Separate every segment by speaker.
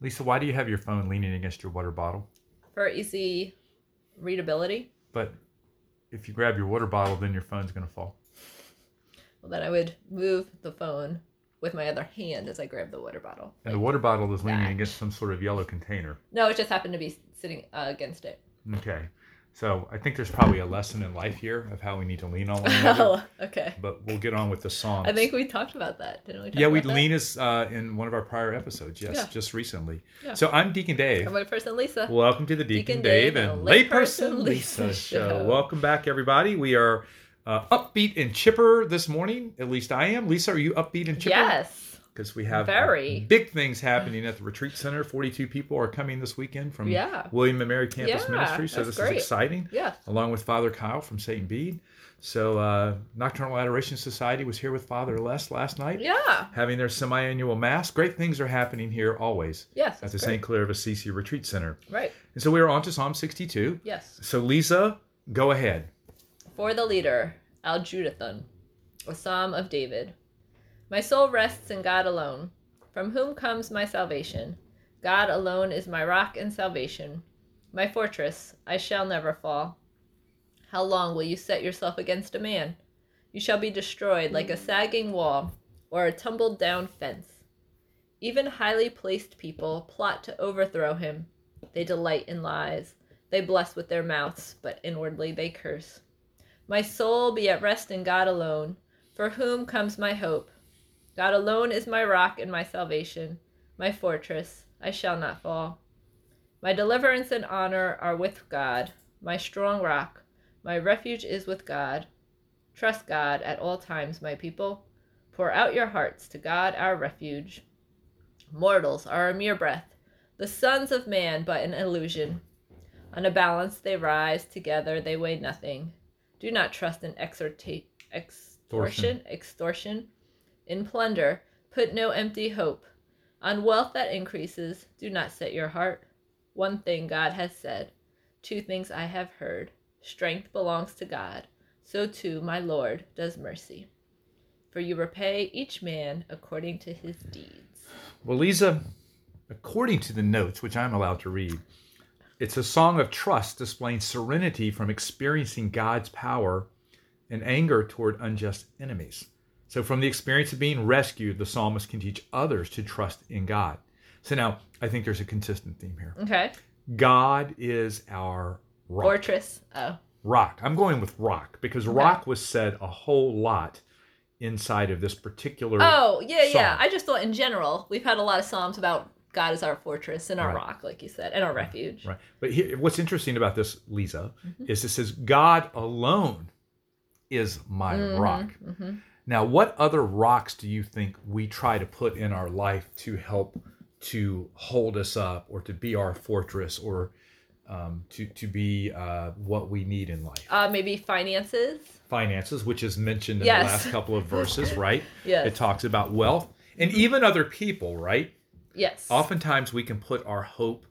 Speaker 1: Lisa, why do you have your phone leaning against your water bottle?
Speaker 2: for easy readability.
Speaker 1: But if you grab your water bottle, then your phone's going to fall.
Speaker 2: Well, then I would move the phone with my other hand as I grab the water bottle.
Speaker 1: And the water bottle is leaning
Speaker 2: that.
Speaker 1: against some sort of yellow container.
Speaker 2: No, it just happened to be sitting uh, against it.
Speaker 1: Okay. So I think there's probably a lesson in life here of how we need to lean on one another.
Speaker 2: Oh, okay.
Speaker 1: but we'll get on with the song.
Speaker 2: I think we talked about that, didn't we? Talk
Speaker 1: yeah,
Speaker 2: about
Speaker 1: we
Speaker 2: that?
Speaker 1: lean is uh, in one of our prior episodes. Yes,
Speaker 2: Yeah.
Speaker 1: just recently.
Speaker 2: Yeah.
Speaker 1: So I'm Deacon Dave.
Speaker 2: I'm my person, Lisa.
Speaker 1: Welcome to the Deacon, Dave, and Layperson Lisa show. Welcome back, everybody. We are uh, upbeat and chipper this morning. At least I am. Lisa, are you upbeat and chipper?
Speaker 2: Yes.
Speaker 1: Because we have uh,
Speaker 2: Very.
Speaker 1: big things happening at the retreat center. Forty-two people are coming this weekend from
Speaker 2: Yeah.
Speaker 1: William and Mary Campus
Speaker 2: Yeah,
Speaker 1: Ministry. So this
Speaker 2: that's great.
Speaker 1: is exciting.
Speaker 2: Yeah.
Speaker 1: Along with Father Kyle from St. Bede. So uh, Nocturnal Adoration Society was here with Father Les last night,
Speaker 2: Yeah.
Speaker 1: having their semi-annual mass. Great things are happening here always
Speaker 2: Yes.
Speaker 1: at
Speaker 2: that's
Speaker 1: the
Speaker 2: great.
Speaker 1: St. Clair of Assisi Retreat Center.
Speaker 2: Right.
Speaker 1: And so we are on to Psalm 62.
Speaker 2: Yes.
Speaker 1: So Lisa, go ahead.
Speaker 2: For the leader, Al Judathun, a psalm of David. My soul rests in God alone, from whom comes my salvation. God alone is my rock and salvation, my fortress. I shall never fall. How long will you set yourself against a man? You shall be destroyed like a sagging wall or a tumbled down fence. Even highly placed people plot to overthrow him. They delight in lies. They bless with their mouths, but inwardly they curse. My soul be at rest in God alone, for whom comes my hope. God alone is my rock and my salvation, my fortress. I shall not fall. My deliverance and honor are with God, my strong rock. My refuge is with God. Trust God at all times, my people. Pour out your hearts to God, our refuge. Mortals are a mere breath, the sons of man but an illusion. On a balance they rise, together they weigh nothing. Do not trust in exhorta- extortion, extortion. In plunder, put no empty hope. On wealth that increases, do not set your heart. One thing God has said, two things I have heard. Strength belongs to God, so too my Lord does mercy. For you repay each man according to his deeds.
Speaker 1: Well, Lisa, according to the notes, which I'm allowed to read, it's a song of trust displaying serenity from experiencing God's power and anger toward unjust enemies. So, from the experience of being rescued, the psalmist can teach others to trust in God. So, now I think there's a consistent theme here
Speaker 2: Okay.
Speaker 1: God is our rock.
Speaker 2: Fortress. Oh,
Speaker 1: rock. I'm going with rock because rock was said a whole lot inside of this particular.
Speaker 2: oh, yeah, yeah.
Speaker 1: Psalm.
Speaker 2: I just thought in general, we've had a lot of psalms about God is our fortress and our
Speaker 1: Right.
Speaker 2: rock, like you said, and our refuge.
Speaker 1: Right. But here, what's interesting about this, Lisa,
Speaker 2: Mm-hmm.
Speaker 1: is it says, God alone is my rock.
Speaker 2: mhm.
Speaker 1: Now, what other rocks do you think we try to put in our life to help to hold us up or to be our fortress or um, to, to be uh, what we need in life?
Speaker 2: Uh, maybe finances.
Speaker 1: Finances, which is mentioned in
Speaker 2: Yes.
Speaker 1: the last couple of verses, right?
Speaker 2: Yes.
Speaker 1: It talks about wealth and even other people, right?
Speaker 2: Yes.
Speaker 1: oftentimes we can put our hope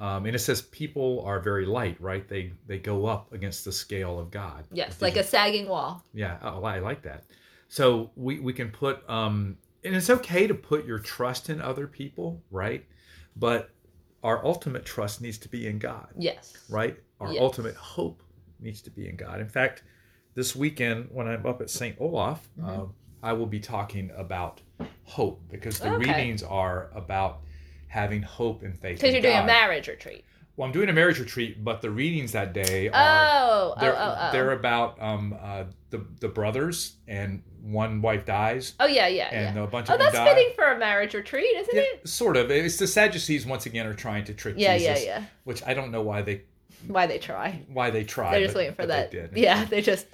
Speaker 1: um, and it says people are very light right they they go up against the scale of god
Speaker 2: Yes, like a sagging wall.
Speaker 1: yeah oh, i like that so we we can put um and it's okay to put your trust in other people right but our ultimate trust needs to be in god
Speaker 2: Yes.
Speaker 1: right our
Speaker 2: Yes.
Speaker 1: ultimate hope needs to be in god in fact this weekend when i'm up at st olaf
Speaker 2: Mm-hmm.
Speaker 1: um, i will be talking about hope because the
Speaker 2: Okay.
Speaker 1: readings are about having hope and faith
Speaker 2: Because
Speaker 1: in
Speaker 2: you're doing a
Speaker 1: God.
Speaker 2: marriage retreat.
Speaker 1: well i'm doing a marriage retreat but the readings that day are
Speaker 2: Oh, oh,
Speaker 1: they're,
Speaker 2: oh, oh.
Speaker 1: they're about um, uh, the, the brothers and one wife dies
Speaker 2: oh, yeah, yeah,
Speaker 1: and
Speaker 2: yeah.
Speaker 1: a bunch
Speaker 2: Oh,
Speaker 1: of them
Speaker 2: that's
Speaker 1: die
Speaker 2: fitting for a marriage retreat, isn't
Speaker 1: Yeah,
Speaker 2: it?
Speaker 1: sort of it's the sadducees once again are trying to trick
Speaker 2: Yeah,
Speaker 1: jesus
Speaker 2: yeah, yeah.
Speaker 1: which i don't know why they
Speaker 2: Why they try.
Speaker 1: why they tried
Speaker 2: They're just
Speaker 1: but-
Speaker 2: waiting for
Speaker 1: but
Speaker 2: that.
Speaker 1: they did.
Speaker 2: Yeah, they just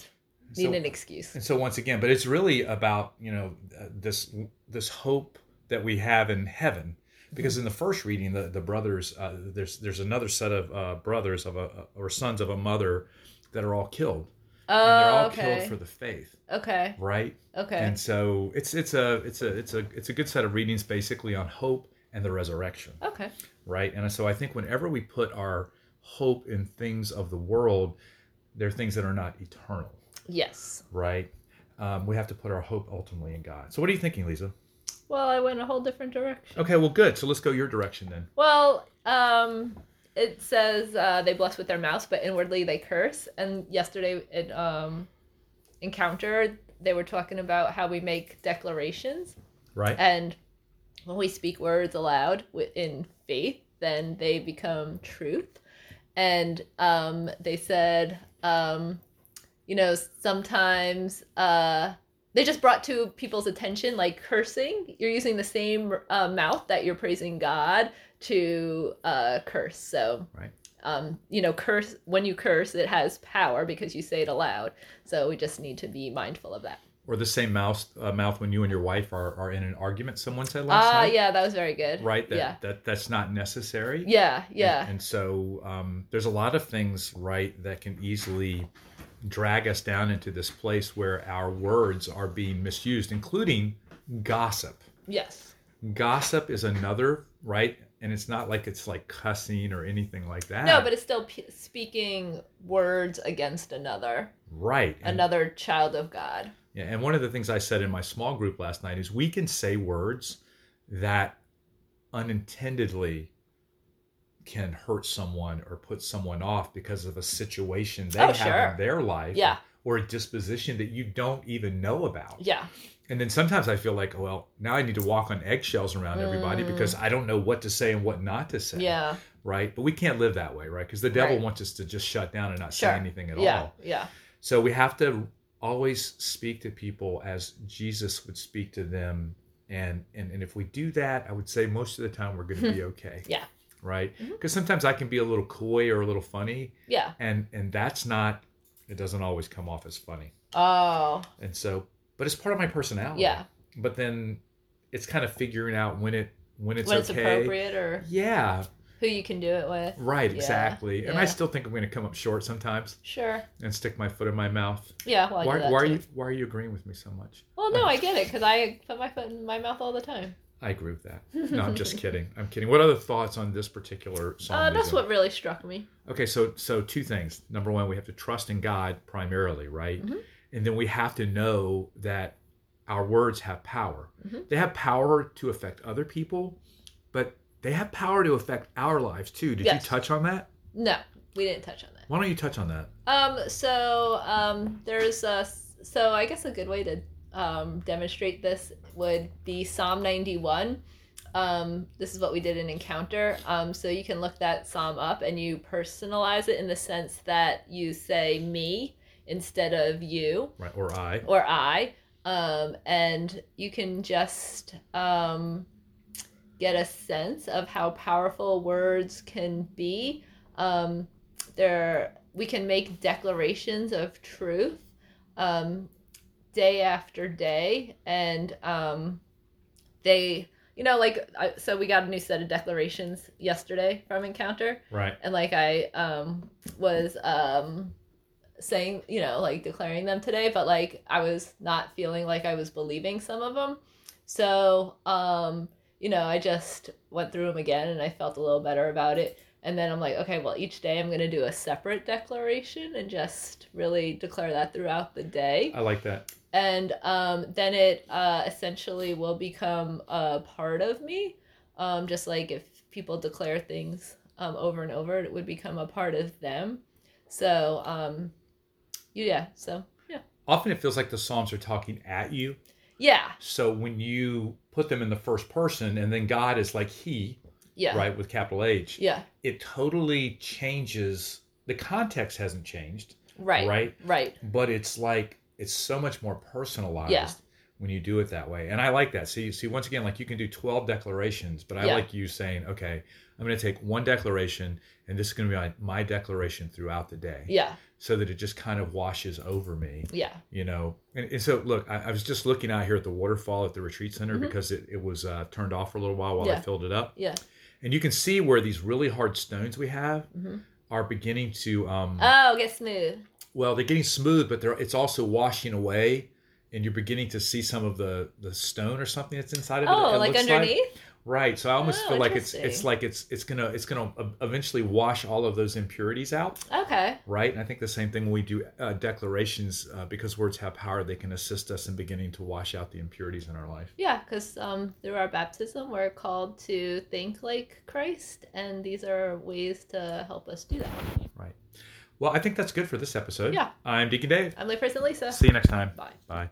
Speaker 2: need
Speaker 1: So-
Speaker 2: an excuse.
Speaker 1: And so once again, but it's really about you know uh, this this hope that we have in heaven,
Speaker 2: Mm-hmm.
Speaker 1: because in the first reading, the the brothers uh, there's there's another set of uh, brothers of a or sons of a mother that are all killed, and they're
Speaker 2: Oh,
Speaker 1: all killed
Speaker 2: okay.
Speaker 1: for the faith,
Speaker 2: okay.
Speaker 1: right?
Speaker 2: Okay.
Speaker 1: And so it's it's a it's a it's a it's a good set of readings basically on hope and the resurrection
Speaker 2: okay.
Speaker 1: right? And so I think whenever we put our hope in things of the world, they're things that are not eternal,
Speaker 2: Yes.
Speaker 1: right? Um, we have to put our hope ultimately in God. So what are you thinking, Lisa?
Speaker 2: Well, I went a whole different direction.
Speaker 1: Okay, well, good. So let's go your direction then.
Speaker 2: Well, um, it says uh, they bless with their mouths, but inwardly they curse. And yesterday at um, Encounter, they were talking about how we make declarations.
Speaker 1: Right?
Speaker 2: And when we speak words aloud wi- in faith, then they become truth. And um, they said, um, you know, sometimes uh, they just brought to people's attention like cursing. You're using the same uh, mouth that you're praising God to uh, curse. So,
Speaker 1: Right.
Speaker 2: um, you know, curse when you curse, it has power because you say it aloud. So we just need to be mindful of that.
Speaker 1: Or the same mouth, uh, mouth when you and your wife are, are in an argument, someone said last
Speaker 2: Ah,
Speaker 1: night.
Speaker 2: yeah, that was very good.
Speaker 1: Right? That,
Speaker 2: yeah.
Speaker 1: that That's not necessary.
Speaker 2: Yeah,
Speaker 1: And-
Speaker 2: yeah.
Speaker 1: And, so um, there's a lot of things, right, that can easily drag us down into this place where our words are being misused, including gossip.
Speaker 2: Yes.
Speaker 1: Gossip is another, right? And it's not like it's like cussing or anything like that.
Speaker 2: No, but it's still p- speaking words against another,
Speaker 1: right. And,
Speaker 2: another child of God.
Speaker 1: yeah, and one of the things I said in my small group last night is we can say words that unintendedly can hurt someone or put someone off because of a situation they
Speaker 2: Oh,
Speaker 1: have
Speaker 2: sure.
Speaker 1: in their life.
Speaker 2: Yeah,
Speaker 1: or a disposition that you don't even know about.
Speaker 2: yeah,
Speaker 1: And then sometimes I feel like, oh, well, now I need to walk on eggshells around everybody
Speaker 2: Mm.
Speaker 1: because I don't know what to say and what not to say.
Speaker 2: yeah,
Speaker 1: Right. But we can't live that way, right? Because the devil
Speaker 2: Right.
Speaker 1: wants us to just shut down and not
Speaker 2: Sure.
Speaker 1: say anything at
Speaker 2: yeah,
Speaker 1: all.
Speaker 2: yeah,
Speaker 1: So we have to always speak to people as Jesus would speak to them. And, and and if we do that, I would say most of the time we're going to be okay.
Speaker 2: Yeah.
Speaker 1: Right.
Speaker 2: Mhm.
Speaker 1: Because sometimes I can be a little coy or a little funny,
Speaker 2: yeah.
Speaker 1: and and that's not. It doesn't always come off as funny.
Speaker 2: Oh,
Speaker 1: And so, but it's part of my personality.
Speaker 2: yeah.
Speaker 1: But then it's kind of figuring out when it when it's
Speaker 2: when it's
Speaker 1: okay.
Speaker 2: appropriate or
Speaker 1: Yeah,
Speaker 2: who you can do it with.
Speaker 1: right,
Speaker 2: Yeah,
Speaker 1: exactly. And I
Speaker 2: yeah.
Speaker 1: still think I'm going to come up short sometimes
Speaker 2: Sure.
Speaker 1: and stick my foot in my mouth.
Speaker 2: Yeah. Well, I
Speaker 1: why
Speaker 2: do that
Speaker 1: why are
Speaker 2: too.
Speaker 1: you why are you agreeing with me so much?
Speaker 2: Well, no, I get it because I put my foot in my mouth all the time.
Speaker 1: I agree with that. No, I'm just kidding. I'm kidding. What other thoughts on this particular song?
Speaker 2: Uh, that's
Speaker 1: music?
Speaker 2: what really struck me.
Speaker 1: Okay, so so two things. Number one, we have to trust in God primarily, right?
Speaker 2: Mhm.
Speaker 1: And then we have to know that our words have power.
Speaker 2: Mhm.
Speaker 1: They have power to affect other people, but they have power to affect our lives too. Did
Speaker 2: Yes.
Speaker 1: you touch on that?
Speaker 2: No, we didn't touch on that.
Speaker 1: Why don't you touch on that?
Speaker 2: Um, so um, there's a, so I guess a good way to um, demonstrate this would be Psalm 91. Um, this is what we did in Encounter. Um, so you can look that psalm up and you personalize it in the sense that you say me instead of you
Speaker 1: Right, or I.
Speaker 2: or I. Um, and you can just um, get a sense of how powerful words can be. Um, there, we can make declarations of truth um, day after day, and um, they, you know, like I, so we got a new set of declarations yesterday from Encounter
Speaker 1: Right.
Speaker 2: and like I um was um saying, you know, like declaring them today, but like I was not feeling like I was believing some of them. So, um, you know, I just went through them again and I felt a little better about it. And then I'm like, okay, well, each day I'm going to do a separate declaration and just really declare that throughout the day
Speaker 1: I like that.
Speaker 2: and um, then it uh, essentially will become a part of me. Um, just like if people declare things um, over and over, it would become a part of them. So, um, yeah, so yeah,
Speaker 1: Often it feels like the Psalms are talking at you.
Speaker 2: yeah,
Speaker 1: So when you put them in the first person and then God is like He,
Speaker 2: yeah,
Speaker 1: right, with capital H,
Speaker 2: yeah,
Speaker 1: it totally changes. The context hasn't changed,
Speaker 2: right, right,
Speaker 1: right? but it's like it's so much more personalized
Speaker 2: Yeah.
Speaker 1: when you do it that way and i like that see see once again like you can do 12 declarations but i
Speaker 2: Yeah.
Speaker 1: like you saying okay i'm going to take one declaration and this is going to be my, my declaration throughout the day
Speaker 2: yeah,
Speaker 1: so that it just kind of washes over me
Speaker 2: yeah,
Speaker 1: you know and, and so look I, I was just looking out here at the waterfall at the retreat center
Speaker 2: Mhm.
Speaker 1: because it, it was uh, turned off for a little while while i
Speaker 2: Yeah.
Speaker 1: filled it up
Speaker 2: yeah.
Speaker 1: and you can see where these really hard stones we have
Speaker 2: hmm
Speaker 1: are beginning to um,
Speaker 2: Oh, get smooth.
Speaker 1: well they're getting smooth but they're it's also washing away and you're beginning to see some of the the stone or something that's inside of it it
Speaker 2: Oh, like
Speaker 1: looks
Speaker 2: underneath?
Speaker 1: Right. So I almost
Speaker 2: Oh,
Speaker 1: feel like it's it's
Speaker 2: interesting.
Speaker 1: like it's it's gonna it's gonna e- eventually wash all of those impurities out.
Speaker 2: Okay.
Speaker 1: Right. And I think the same thing when we do uh, declarations uh, because words have power. They can assist us in beginning to wash out the impurities in our life.
Speaker 2: Yeah, because um, through our baptism, we're called to think like Christ, and these are ways to help us do that.
Speaker 1: Well, I think that's good for this episode.
Speaker 2: Yeah. Uh.
Speaker 1: I'm Deacon Dave.
Speaker 2: I'm layperson Lisa.
Speaker 1: See you next time.
Speaker 2: Bye.
Speaker 1: Bye.